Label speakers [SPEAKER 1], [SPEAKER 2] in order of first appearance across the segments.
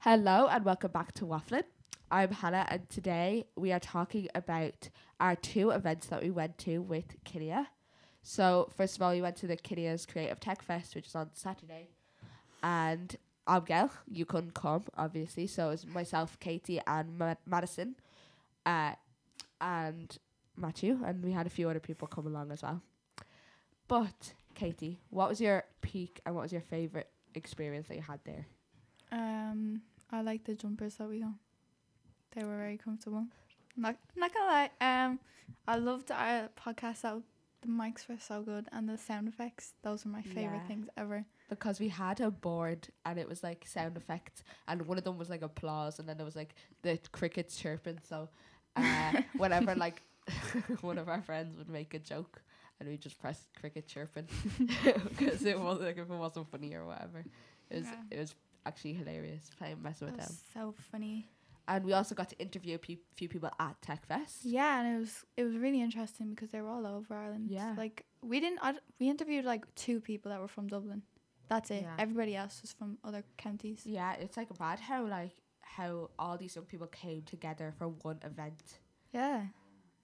[SPEAKER 1] Hello and welcome back to Waffling. I'm Hannah and today we are talking about our two events that we went to with Kinia. So first of all, we went to the Kinia's Creative Tech Fest, which is on Saturday, and I'm Gail. You couldn't come, obviously, so it's myself, Katie, and Ma- Madison, uh, and Matthew, and we had a few other people come along as well. But Katie, what was your peak and what was your favorite experience that you had there?
[SPEAKER 2] Um, I like the jumpers that we got. They were very comfortable. Not, not gonna lie. Um, I loved our podcast. That the mics were so good and the sound effects. Those were my favorite
[SPEAKER 1] Yeah.
[SPEAKER 2] things ever.
[SPEAKER 1] because we had a board and it was like sound effects and one of them was like applause and then there was like the crickets chirping so uh, whenever like one of our friends would make a joke and we just press cricket chirping because it was like if it wasn't funny or whatever it was
[SPEAKER 2] Yeah.
[SPEAKER 1] it was actually hilarious playing messing with
[SPEAKER 2] That
[SPEAKER 1] them
[SPEAKER 2] was so funny.
[SPEAKER 1] and we also got to interview a pe- few people at techfest
[SPEAKER 2] Yeah, and it was it was really interesting because they were all over Ireland.
[SPEAKER 1] Yeah.
[SPEAKER 2] like we didn't. I d we interviewed like two people that were from Dublin. That's it.
[SPEAKER 1] Yeah.
[SPEAKER 2] Everybody else was from other counties.
[SPEAKER 1] yeah it's like mad how like how all these young people came together for one event
[SPEAKER 2] Yeah,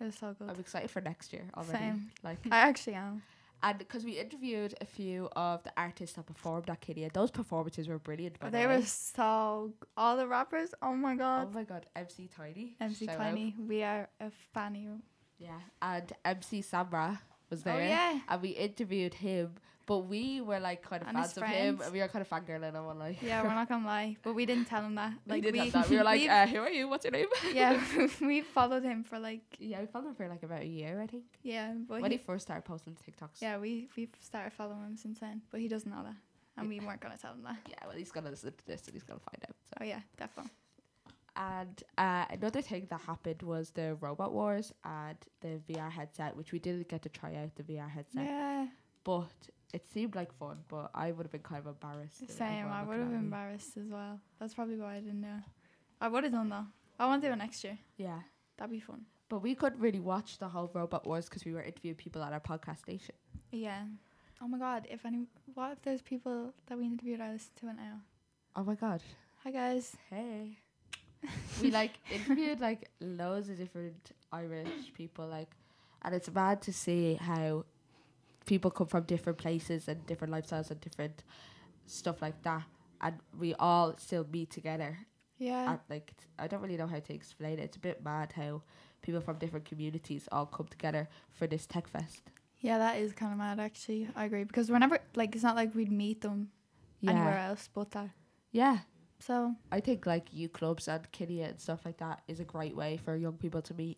[SPEAKER 2] it was so good.
[SPEAKER 1] i'm excited for next year already
[SPEAKER 2] Same.
[SPEAKER 1] like
[SPEAKER 2] I actually am.
[SPEAKER 1] And because we interviewed a few of the artists that performed at Kinia, those performances Oh, were brilliant. By
[SPEAKER 2] They
[SPEAKER 1] the way.
[SPEAKER 2] were so g- all the rappers. Oh my
[SPEAKER 1] Oh
[SPEAKER 2] god.
[SPEAKER 1] my god, MC Tiny.
[SPEAKER 2] MC
[SPEAKER 1] shout out.
[SPEAKER 2] Tiny, we are a fan of you.
[SPEAKER 1] Yeah, and MC Samra was there.
[SPEAKER 2] Oh, yeah.
[SPEAKER 1] And we interviewed him, but we were like kind of
[SPEAKER 2] And his
[SPEAKER 1] fans of him,
[SPEAKER 2] friends.
[SPEAKER 1] and we were kind of fangirling on one like.
[SPEAKER 2] Yeah, we're not gonna lie, but we didn't tell him that.
[SPEAKER 1] we did have that. We were like,
[SPEAKER 2] we've-
[SPEAKER 1] uh, "Who are you? What's your name?"
[SPEAKER 2] yeah, we followed him for like,
[SPEAKER 1] yeah. We followed him for like about a year, I think,
[SPEAKER 2] yeah, but
[SPEAKER 1] when
[SPEAKER 2] he,
[SPEAKER 1] he first started posting TikToks.
[SPEAKER 2] yeah, we we have started following him since then, but he doesn't know that, and we weren't gonna tell him that.
[SPEAKER 1] Yeah, Well, he's gonna listen to this, and he's gonna find out. So.
[SPEAKER 2] Oh yeah, definitely.
[SPEAKER 1] And uh, another thing that happened was the Robot Wars and the VR headset, which we didn't get to try out the VR headset,
[SPEAKER 2] Yeah,
[SPEAKER 1] but it seemed like fun. But I would have been kind of embarrassed. at
[SPEAKER 2] same.
[SPEAKER 1] everyone
[SPEAKER 2] I
[SPEAKER 1] looking
[SPEAKER 2] would have
[SPEAKER 1] at me.
[SPEAKER 2] been embarrassed as well. That's probably why I didn't know. I would have done that. I want to do it next year.
[SPEAKER 1] Yeah,
[SPEAKER 2] That'd be fun.
[SPEAKER 1] but we couldn't really watch the whole Robot Wars because we were interviewing people at our podcast station.
[SPEAKER 2] Yeah. Oh my god, if any, what if there's people that we interviewed I listen to it now?
[SPEAKER 1] Oh my god!
[SPEAKER 2] Hi guys.
[SPEAKER 1] Hey, we like interviewed like loads of different Irish people, like, and it's mad to see how people come from different places and different lifestyles and different stuff like that. And we all still meet together.
[SPEAKER 2] Yeah.
[SPEAKER 1] And like, t- I don't really know how to explain it. It's a bit mad how people from different communities all come together for this tech fest.
[SPEAKER 2] Yeah, that is kind of mad actually. I agree because we're never like it's not like we'd meet them anywhere else but that.
[SPEAKER 1] yeah.
[SPEAKER 2] So
[SPEAKER 1] I think like youth clubs and kiddie and stuff like that is a great way for young people to meet,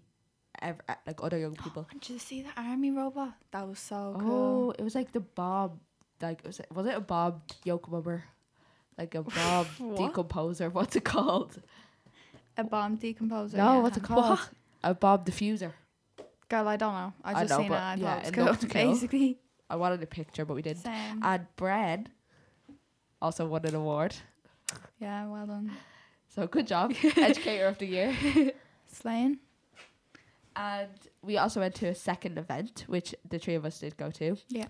[SPEAKER 1] ev- uh, like other young people.
[SPEAKER 2] did you see the army robot? That was so
[SPEAKER 1] Oh,
[SPEAKER 2] cool.
[SPEAKER 1] it was like the bomb. Like was it, was it a bomb yoke mummer? Like a bomb
[SPEAKER 2] What?
[SPEAKER 1] decomposer. What's it called?
[SPEAKER 2] A bomb decomposer.
[SPEAKER 1] no,
[SPEAKER 2] yeah.
[SPEAKER 1] what's it called? A bomb diffuser.
[SPEAKER 2] Girl, I don't know. I
[SPEAKER 1] I
[SPEAKER 2] just
[SPEAKER 1] know,
[SPEAKER 2] seen
[SPEAKER 1] but
[SPEAKER 2] it. I
[SPEAKER 1] yeah,
[SPEAKER 2] thought
[SPEAKER 1] it
[SPEAKER 2] it was
[SPEAKER 1] looked
[SPEAKER 2] cool.
[SPEAKER 1] cool.
[SPEAKER 2] Basically,
[SPEAKER 1] I wanted a picture, but we didn't.
[SPEAKER 2] same.
[SPEAKER 1] And Bren also won an award.
[SPEAKER 2] yeah, well done.
[SPEAKER 1] So good job, educator of the year.
[SPEAKER 2] Slain.
[SPEAKER 1] And we also went to a second event, which the three of us did go to.
[SPEAKER 2] Yeah.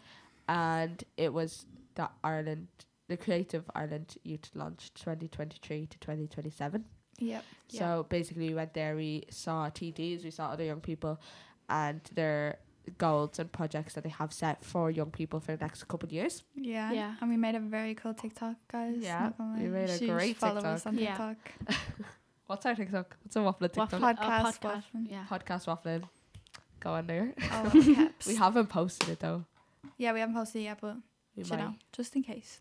[SPEAKER 1] And it was the Ireland, the Creative Ireland Youth Launch 2023 to 2027.
[SPEAKER 2] Yep. Yeah.
[SPEAKER 1] So basically, we went there, we saw TDs, we saw other young people and their goals and projects that they have set for young people for the next couple of years.
[SPEAKER 2] Yeah.
[SPEAKER 3] Yeah.
[SPEAKER 2] And we made a very cool TikTok, guys.
[SPEAKER 1] Yeah,
[SPEAKER 2] not gonna
[SPEAKER 1] we
[SPEAKER 2] lie.
[SPEAKER 1] made a
[SPEAKER 2] You should
[SPEAKER 1] great
[SPEAKER 2] follow us on
[SPEAKER 3] Yeah.
[SPEAKER 2] TikTok.
[SPEAKER 1] What's our TikTok? What's a waffle TikTok?
[SPEAKER 2] Waffle- Podcast,
[SPEAKER 3] podcast.
[SPEAKER 2] waffling.
[SPEAKER 3] Yeah.
[SPEAKER 1] Podcast waffling. Go on there.
[SPEAKER 2] Oh, all caps.
[SPEAKER 1] We haven't posted it though.
[SPEAKER 2] Yeah, we haven't posted it yet, but
[SPEAKER 1] We might.
[SPEAKER 2] should know just in case.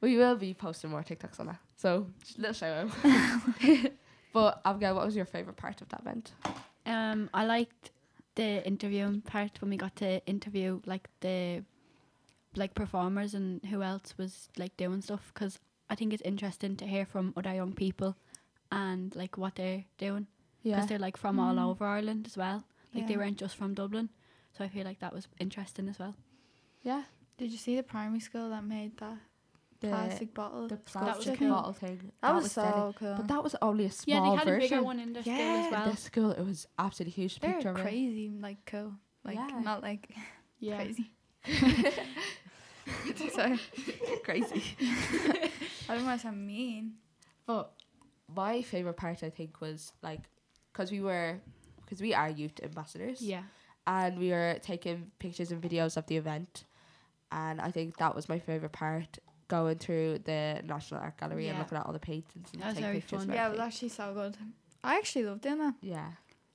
[SPEAKER 1] We will be posting more TikToks on that. So just a little shout out. but Abigail, what was your favourite part of that event?
[SPEAKER 3] Um, I liked the interviewing part when we got to interview like the like performers and who else was like doing stuff because I think it's interesting to hear from other young people and like what they're doing because they're like from all
[SPEAKER 2] Mm.
[SPEAKER 3] over Ireland as well. Like they
[SPEAKER 2] Yeah.
[SPEAKER 3] weren't just from Dublin, so I feel like that was interesting as well.
[SPEAKER 1] Yeah.
[SPEAKER 2] Did you see the primary school that made that
[SPEAKER 1] The plastic,
[SPEAKER 2] plastic bottle?
[SPEAKER 1] the
[SPEAKER 2] sculpture
[SPEAKER 1] plastic
[SPEAKER 2] thing?
[SPEAKER 1] bottle thing.
[SPEAKER 2] That, was,
[SPEAKER 1] deadly.
[SPEAKER 2] so cool.
[SPEAKER 1] But that was only a small version.
[SPEAKER 3] one in their
[SPEAKER 2] school as Yeah.
[SPEAKER 1] In this school, it was absolutely huge. The picture
[SPEAKER 2] They're
[SPEAKER 1] of it.
[SPEAKER 2] crazy, like cool, like
[SPEAKER 1] Yeah.
[SPEAKER 2] not like
[SPEAKER 3] Yeah,
[SPEAKER 2] crazy. Sorry,
[SPEAKER 1] crazy.
[SPEAKER 2] I don't want to sound mean.
[SPEAKER 1] But my favorite part, I think, was like, cause we were, cause we are youth ambassadors.
[SPEAKER 3] Yeah.
[SPEAKER 1] and we were taking pictures and videos of the event. And I think that was my favorite part going through the National Art Gallery and
[SPEAKER 3] Yeah.
[SPEAKER 1] looking at all the paintings and
[SPEAKER 3] That was
[SPEAKER 1] taking
[SPEAKER 3] very
[SPEAKER 1] pictures.
[SPEAKER 3] fun.
[SPEAKER 1] and
[SPEAKER 2] Yeah, it was
[SPEAKER 1] everything.
[SPEAKER 2] actually so good. I actually loved doing that.
[SPEAKER 1] yeah.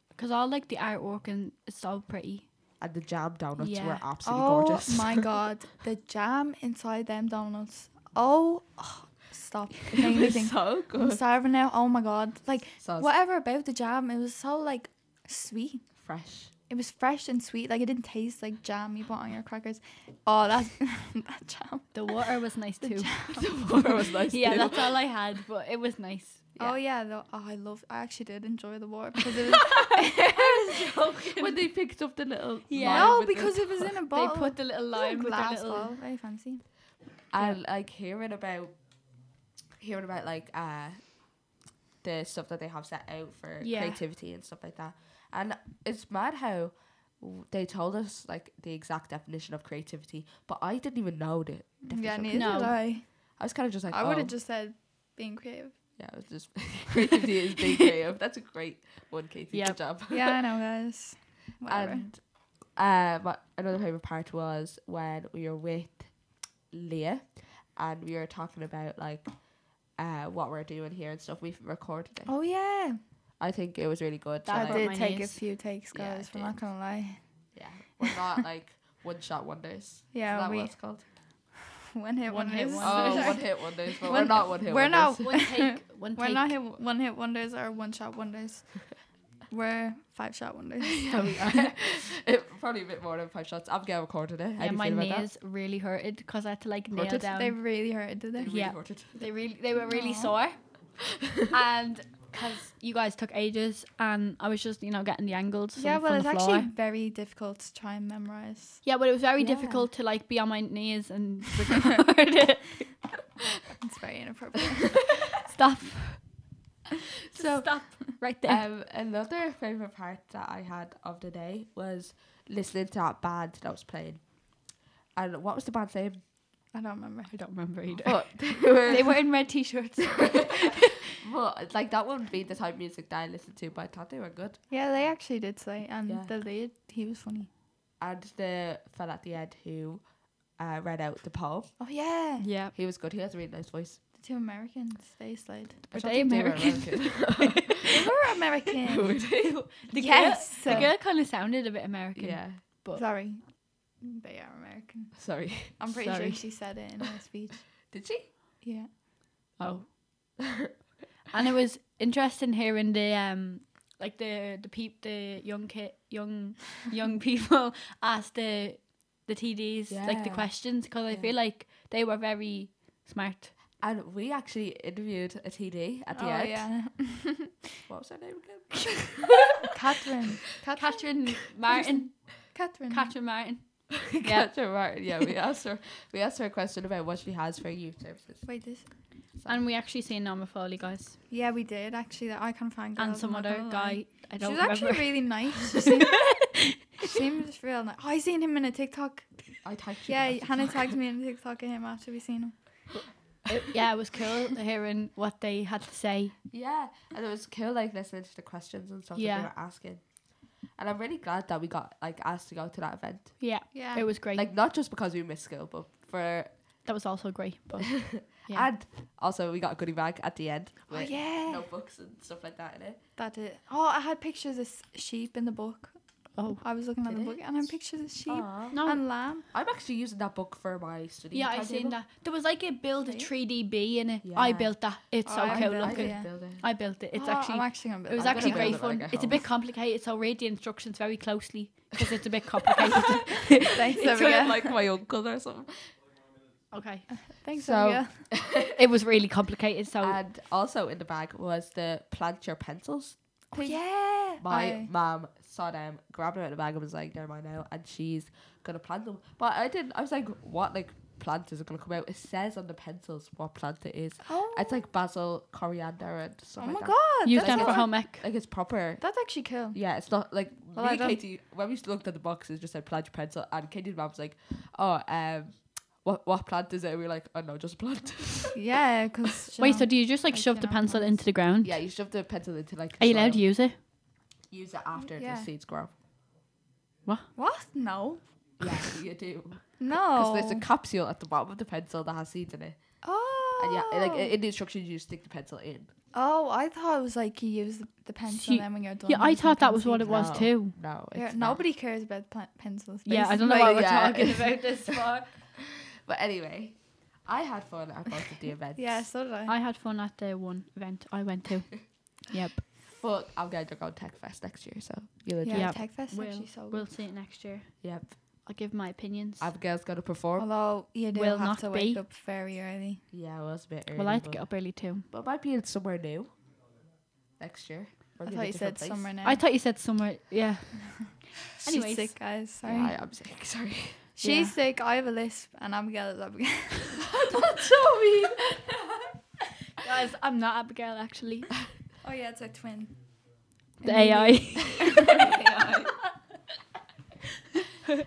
[SPEAKER 3] Because all like the artwork and it's all pretty.
[SPEAKER 1] And the jam donuts were
[SPEAKER 3] Yeah.
[SPEAKER 1] absolutely
[SPEAKER 2] Oh
[SPEAKER 1] gorgeous.
[SPEAKER 2] my god, the jam inside them donuts. Oh, oh, stop. It made me think.
[SPEAKER 1] so
[SPEAKER 2] I'm starving now. Oh my god. Like
[SPEAKER 1] So what?
[SPEAKER 2] whatever about the jam, it was so like sweet.
[SPEAKER 1] fresh.
[SPEAKER 2] It was fresh and sweet. Like it didn't taste like jam you put on your crackers. Oh, that that jam.
[SPEAKER 3] The water was nice too.
[SPEAKER 1] The water was nice
[SPEAKER 3] yeah,
[SPEAKER 1] too.
[SPEAKER 3] that's all I had, but it was nice.
[SPEAKER 2] Oh yeah,
[SPEAKER 3] Yeah.
[SPEAKER 2] though. Oh, I love. I actually did enjoy the water because it was
[SPEAKER 1] when they picked up the little
[SPEAKER 3] Yeah.
[SPEAKER 1] lime
[SPEAKER 2] no,
[SPEAKER 1] with the-
[SPEAKER 2] because it was in a
[SPEAKER 3] They
[SPEAKER 2] bottle.
[SPEAKER 3] put the little
[SPEAKER 2] It was in a
[SPEAKER 3] lime with their
[SPEAKER 2] glass
[SPEAKER 3] little.
[SPEAKER 2] bottle. Very fancy.
[SPEAKER 1] and like hearing about hearing about like uh the stuff that they have set out for
[SPEAKER 3] Yeah.
[SPEAKER 1] creativity and stuff like that and it's mad how w- they told us like the exact definition of creativity but i didn't even know the definition
[SPEAKER 2] Yeah,
[SPEAKER 1] of
[SPEAKER 2] neither
[SPEAKER 3] No.
[SPEAKER 2] did I.
[SPEAKER 1] i was kind of just like
[SPEAKER 2] I would have
[SPEAKER 1] oh.
[SPEAKER 2] just said being creative.
[SPEAKER 1] yeah it was just creativity is being creative that's a great one katie
[SPEAKER 3] Yep.
[SPEAKER 1] good job
[SPEAKER 2] Yeah, I know, guys.
[SPEAKER 3] Um,
[SPEAKER 2] Whatever.
[SPEAKER 1] and uh, my, another favorite part was when we were with Leah, and we were talking about like uh what we're doing here and stuff. We've recorded it.
[SPEAKER 2] oh yeah,
[SPEAKER 1] I think it was really good.
[SPEAKER 3] That
[SPEAKER 1] like,
[SPEAKER 2] I
[SPEAKER 3] brought
[SPEAKER 2] did
[SPEAKER 3] my
[SPEAKER 2] take
[SPEAKER 3] knees.
[SPEAKER 2] a few takes,
[SPEAKER 1] Yeah, I
[SPEAKER 2] guys. we're not
[SPEAKER 1] did.
[SPEAKER 2] gonna lie.
[SPEAKER 1] yeah, we're not like one shot wonders. Is
[SPEAKER 2] Yeah,
[SPEAKER 1] that
[SPEAKER 2] we
[SPEAKER 1] what it's called?
[SPEAKER 2] one hit
[SPEAKER 3] One
[SPEAKER 2] one
[SPEAKER 3] hit
[SPEAKER 2] hit
[SPEAKER 3] wonders.
[SPEAKER 1] Oh,
[SPEAKER 3] Sorry.
[SPEAKER 1] one hit wonders, but we're
[SPEAKER 2] One-
[SPEAKER 1] not one hit
[SPEAKER 2] we're
[SPEAKER 1] wonders.
[SPEAKER 2] not-
[SPEAKER 3] One take. One
[SPEAKER 2] We're
[SPEAKER 3] take.
[SPEAKER 2] not hit one hit wonders or one shot wonders. we're five shot wonders.
[SPEAKER 1] yeah, we are. it, probably a bit more than five shots. Abigail recorded it. How
[SPEAKER 3] yeah,
[SPEAKER 1] do you
[SPEAKER 3] my
[SPEAKER 1] feel about
[SPEAKER 3] knees really hurted because I had to like nail
[SPEAKER 1] Hurted?
[SPEAKER 3] down.
[SPEAKER 2] they really hurt,
[SPEAKER 1] that?
[SPEAKER 2] did
[SPEAKER 1] They
[SPEAKER 2] they?
[SPEAKER 1] really
[SPEAKER 3] yeah.
[SPEAKER 1] recorded.
[SPEAKER 3] They really, they were really
[SPEAKER 2] Aw.
[SPEAKER 3] sore, and because you guys took ages, and I was just, you know, getting the angles. from-
[SPEAKER 2] Yeah, well,
[SPEAKER 3] from
[SPEAKER 2] it's
[SPEAKER 3] the floor.
[SPEAKER 2] actually very difficult to try and memorize.
[SPEAKER 3] Yeah, but it was very
[SPEAKER 1] Yeah.
[SPEAKER 3] difficult to like be on my knees and record it.
[SPEAKER 2] It's very inappropriate.
[SPEAKER 3] Stop.
[SPEAKER 1] So-
[SPEAKER 3] so stop right there.
[SPEAKER 1] Um, another favorite part that I had of the day was listening to that band that was playing. And what was the band's name?
[SPEAKER 2] I don't remember.
[SPEAKER 3] I don't remember either.
[SPEAKER 1] But they were,
[SPEAKER 3] they were in red t-shirts.
[SPEAKER 1] but, like that wouldn't be the type of music that I listened to, but I thought they were good.
[SPEAKER 2] Yeah, they actually did say, and
[SPEAKER 1] Yeah.
[SPEAKER 2] the lead he was funny.
[SPEAKER 1] And the fella at the end who uh, read out the poem,
[SPEAKER 2] Oh yeah,
[SPEAKER 3] yeah.
[SPEAKER 1] he was good. He has a really nice voice.
[SPEAKER 2] the two Americans they slid.
[SPEAKER 1] I
[SPEAKER 3] Were
[SPEAKER 1] don't
[SPEAKER 3] they
[SPEAKER 1] think were
[SPEAKER 3] American?
[SPEAKER 1] American.
[SPEAKER 2] They were American.
[SPEAKER 1] Were they?
[SPEAKER 3] The
[SPEAKER 2] yes.
[SPEAKER 3] Girl, the girl kind of sounded a bit American.
[SPEAKER 1] yeah,
[SPEAKER 3] But
[SPEAKER 2] Sorry, they are American.
[SPEAKER 1] sorry.
[SPEAKER 2] I'm pretty
[SPEAKER 3] Sorry.
[SPEAKER 2] sure she said it in her speech.
[SPEAKER 1] Did she?
[SPEAKER 2] Yeah.
[SPEAKER 3] oh. and it was interesting hearing the um like the the peep the young kid young young people ask the the TDs like the
[SPEAKER 1] Yeah.
[SPEAKER 3] questions because I
[SPEAKER 1] Yeah.
[SPEAKER 3] feel like they were very smart.
[SPEAKER 1] And we actually interviewed a TD at the
[SPEAKER 2] oh
[SPEAKER 1] end.
[SPEAKER 2] yeah.
[SPEAKER 1] What was her name again?
[SPEAKER 2] Catherine. Catherine.
[SPEAKER 3] Catherine Martin,
[SPEAKER 2] Catherine.
[SPEAKER 3] Catherine Martin.
[SPEAKER 1] yeah. Catherine Martin. Yeah, we asked her. We asked her a question about what she has for youth services.
[SPEAKER 2] Wait, this.
[SPEAKER 3] And we actually seen Norma Foley, guys,
[SPEAKER 2] Yeah, we did actually. That I can find.
[SPEAKER 3] and some other guy. I
[SPEAKER 2] She
[SPEAKER 3] don't
[SPEAKER 2] was
[SPEAKER 3] remember.
[SPEAKER 2] actually really nice. She seemed, she seemed real nice. Oh, I seen him in a TikTok.
[SPEAKER 1] I typed. you
[SPEAKER 2] Yeah,
[SPEAKER 1] guys.
[SPEAKER 2] Hannah tagged me in a TikTok of him after we seen him.
[SPEAKER 3] It- yeah, it was cool hearing what they had to say.
[SPEAKER 1] Yeah, and it was cool, like listening to the questions and stuff that
[SPEAKER 3] Yeah.
[SPEAKER 1] they were asking. And I'm really glad that we got like asked to go to that event.
[SPEAKER 3] Yeah,
[SPEAKER 2] Yeah.
[SPEAKER 3] it was great.
[SPEAKER 1] Like not just because we missed school, but for
[SPEAKER 3] that was also great. But Yeah.
[SPEAKER 1] and also we got a goodie bag at the end.
[SPEAKER 2] oh
[SPEAKER 1] with
[SPEAKER 2] yeah.
[SPEAKER 1] Notebooks and stuff like that in it.
[SPEAKER 2] That did. Oh, I had pictures of s- sheep in the book.
[SPEAKER 1] Um,
[SPEAKER 3] oh
[SPEAKER 2] I was looking at
[SPEAKER 1] Did
[SPEAKER 2] the
[SPEAKER 1] it?
[SPEAKER 2] book and I had pictures of sheep
[SPEAKER 1] Aww.
[SPEAKER 3] no,
[SPEAKER 2] and lamb.
[SPEAKER 1] I'm actually using that book for my study.
[SPEAKER 3] yeah, I seen
[SPEAKER 1] timetable.
[SPEAKER 3] that. There was like a build a
[SPEAKER 2] Really?
[SPEAKER 3] 3D bee in it.
[SPEAKER 1] Yeah.
[SPEAKER 3] I built that. It's so
[SPEAKER 2] Oh, I
[SPEAKER 3] cool
[SPEAKER 2] built
[SPEAKER 1] I
[SPEAKER 3] looking.
[SPEAKER 1] didn't
[SPEAKER 2] it.
[SPEAKER 1] build it.
[SPEAKER 3] I built it. It's
[SPEAKER 2] Oh,
[SPEAKER 3] actually
[SPEAKER 2] I'm actually gonna build
[SPEAKER 3] it was
[SPEAKER 1] I'm
[SPEAKER 2] that.
[SPEAKER 3] actually
[SPEAKER 1] gonna build
[SPEAKER 3] great
[SPEAKER 1] it when I
[SPEAKER 3] fun.
[SPEAKER 1] get
[SPEAKER 3] It's a
[SPEAKER 1] home.
[SPEAKER 3] bit complicated, so read the instructions very closely because it's a bit complicated.
[SPEAKER 2] Thanks,
[SPEAKER 1] It's kind of
[SPEAKER 2] Abigail.
[SPEAKER 1] like my uncle or something.
[SPEAKER 3] okay,
[SPEAKER 2] Thanks,
[SPEAKER 1] So-
[SPEAKER 2] Abigail.
[SPEAKER 3] it was really complicated. So
[SPEAKER 1] And also in the bag was the plant your pencils.
[SPEAKER 2] Oh, yeah.
[SPEAKER 1] My
[SPEAKER 2] I-
[SPEAKER 1] mom saw them, grabbed them out of the bag, and was like, "They're mine now," and she's gonna plant them. But I didn't. I was like, "What? Like plant is it gonna come out?" It says on the pencils what plant it is.
[SPEAKER 2] oh.
[SPEAKER 1] It's like basil, coriander, and stuff.
[SPEAKER 2] Oh
[SPEAKER 1] like that.
[SPEAKER 2] my god.
[SPEAKER 3] use
[SPEAKER 2] that's
[SPEAKER 3] them for
[SPEAKER 2] awesome.
[SPEAKER 3] home ec.
[SPEAKER 1] Like it's proper.
[SPEAKER 2] That's actually cool.
[SPEAKER 1] Yeah, it's not like
[SPEAKER 2] Well,
[SPEAKER 1] me
[SPEAKER 2] I
[SPEAKER 1] and
[SPEAKER 2] don't-
[SPEAKER 1] Katie when we looked at the box, it just said plant your pencil, and Katie's mom was like, "Oh, um." what what plant is it? And we were like, oh no, just plant.
[SPEAKER 2] Yeah, because
[SPEAKER 3] Wait, so do you just like,
[SPEAKER 2] like,
[SPEAKER 3] shove
[SPEAKER 2] you
[SPEAKER 3] the
[SPEAKER 2] know,
[SPEAKER 3] pencil
[SPEAKER 2] plants.
[SPEAKER 3] into the ground?
[SPEAKER 1] yeah, you shove the pencil into like.
[SPEAKER 3] Are you
[SPEAKER 1] soil.
[SPEAKER 3] allowed to use it?
[SPEAKER 1] use it after
[SPEAKER 2] Yeah.
[SPEAKER 1] the seeds grow?
[SPEAKER 2] what? No,
[SPEAKER 1] Yeah, you do.
[SPEAKER 2] no.
[SPEAKER 1] Because there's a capsule at the bottom of the pencil that has seeds in it,
[SPEAKER 2] oh,
[SPEAKER 1] and yeah, like i- in the instructions you stick the pencil in.
[SPEAKER 2] oh, I thought it was like you use the- the pencil
[SPEAKER 3] See,
[SPEAKER 2] and then when you're done.
[SPEAKER 3] Yeah, I
[SPEAKER 2] there's no
[SPEAKER 3] thought that was
[SPEAKER 2] pencil
[SPEAKER 3] what it
[SPEAKER 2] either.
[SPEAKER 3] was
[SPEAKER 1] No.
[SPEAKER 3] too.
[SPEAKER 1] No,
[SPEAKER 2] Yeah,
[SPEAKER 1] it's not.
[SPEAKER 2] nobody cares about pla- pencils.
[SPEAKER 3] Yeah, I don't know
[SPEAKER 2] basically.
[SPEAKER 3] why we're
[SPEAKER 1] yeah.
[SPEAKER 3] talking about this far.
[SPEAKER 1] But anyway, I had fun at both of the events.
[SPEAKER 2] Yeah, so did I.
[SPEAKER 3] I had fun at the one event I went to. yep.
[SPEAKER 1] But I'm going to go to Tech Fest next year, so you'll enjoy.
[SPEAKER 2] yeah,
[SPEAKER 1] it.
[SPEAKER 3] Yeah.
[SPEAKER 2] Tech Fest is
[SPEAKER 3] Well,
[SPEAKER 2] actually so good.
[SPEAKER 3] We'll see it next year.
[SPEAKER 1] Yep.
[SPEAKER 3] I'll give my opinions.
[SPEAKER 1] Abigail's going to perform.
[SPEAKER 2] Although you do
[SPEAKER 3] will
[SPEAKER 2] have
[SPEAKER 3] not
[SPEAKER 2] to wake
[SPEAKER 3] be.
[SPEAKER 2] up very early.
[SPEAKER 1] yeah, well, it's a bit early.
[SPEAKER 3] well, I had to
[SPEAKER 1] but,
[SPEAKER 3] get up early too.
[SPEAKER 1] but it might be in somewhere new next year.
[SPEAKER 2] I thought you said somewhere now.
[SPEAKER 3] I thought you said somewhere. Yeah.
[SPEAKER 2] She's
[SPEAKER 3] Anyways.
[SPEAKER 2] sick, guys. Sorry.
[SPEAKER 1] Yeah, I am sick. Sorry.
[SPEAKER 2] She's
[SPEAKER 3] Yeah.
[SPEAKER 2] sick. I have a lisp, and Abigail is Abigail.
[SPEAKER 3] Guys, I'm not Abigail actually.
[SPEAKER 2] Oh yeah, it's a twin.
[SPEAKER 3] The AI.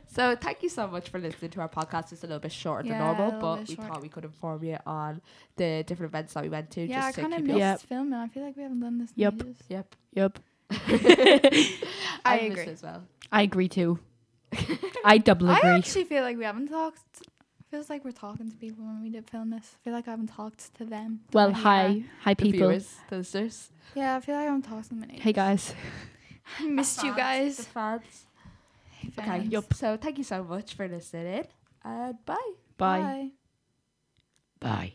[SPEAKER 1] So thank you so much for listening to our podcast. It's a little bit shorter
[SPEAKER 2] Yeah, a
[SPEAKER 1] than normal,
[SPEAKER 2] little
[SPEAKER 1] but
[SPEAKER 2] bit
[SPEAKER 1] we
[SPEAKER 2] short.
[SPEAKER 1] thought we could inform you on the different events that we went to.
[SPEAKER 2] yeah, I
[SPEAKER 1] just to
[SPEAKER 2] kind of
[SPEAKER 1] keep
[SPEAKER 2] missed
[SPEAKER 1] you up.
[SPEAKER 3] Yeah.
[SPEAKER 2] filming. I feel like we haven't done this. in
[SPEAKER 3] Yep.
[SPEAKER 2] ages.
[SPEAKER 1] Yep.
[SPEAKER 3] yep.
[SPEAKER 2] I
[SPEAKER 1] missed
[SPEAKER 2] agree.
[SPEAKER 1] it as well.
[SPEAKER 3] I agree too. I double
[SPEAKER 2] I
[SPEAKER 3] agree.
[SPEAKER 2] actually feel like we haven't talked. Feels like we're talking to people when we did film this. I feel like I haven't talked to them. to
[SPEAKER 3] well,
[SPEAKER 2] maybe
[SPEAKER 3] hi,
[SPEAKER 2] her.
[SPEAKER 3] hi
[SPEAKER 1] The
[SPEAKER 3] people.
[SPEAKER 1] viewers, the listeners,
[SPEAKER 2] Yeah, I feel like I haven't talked to them in ages.
[SPEAKER 3] Hey guys.
[SPEAKER 2] I missed you guys.
[SPEAKER 1] the fans.
[SPEAKER 2] Hey,
[SPEAKER 1] Okay.
[SPEAKER 2] fans.
[SPEAKER 1] Yep. So thank you so much for listening in, and bye.
[SPEAKER 3] Bye. Bye.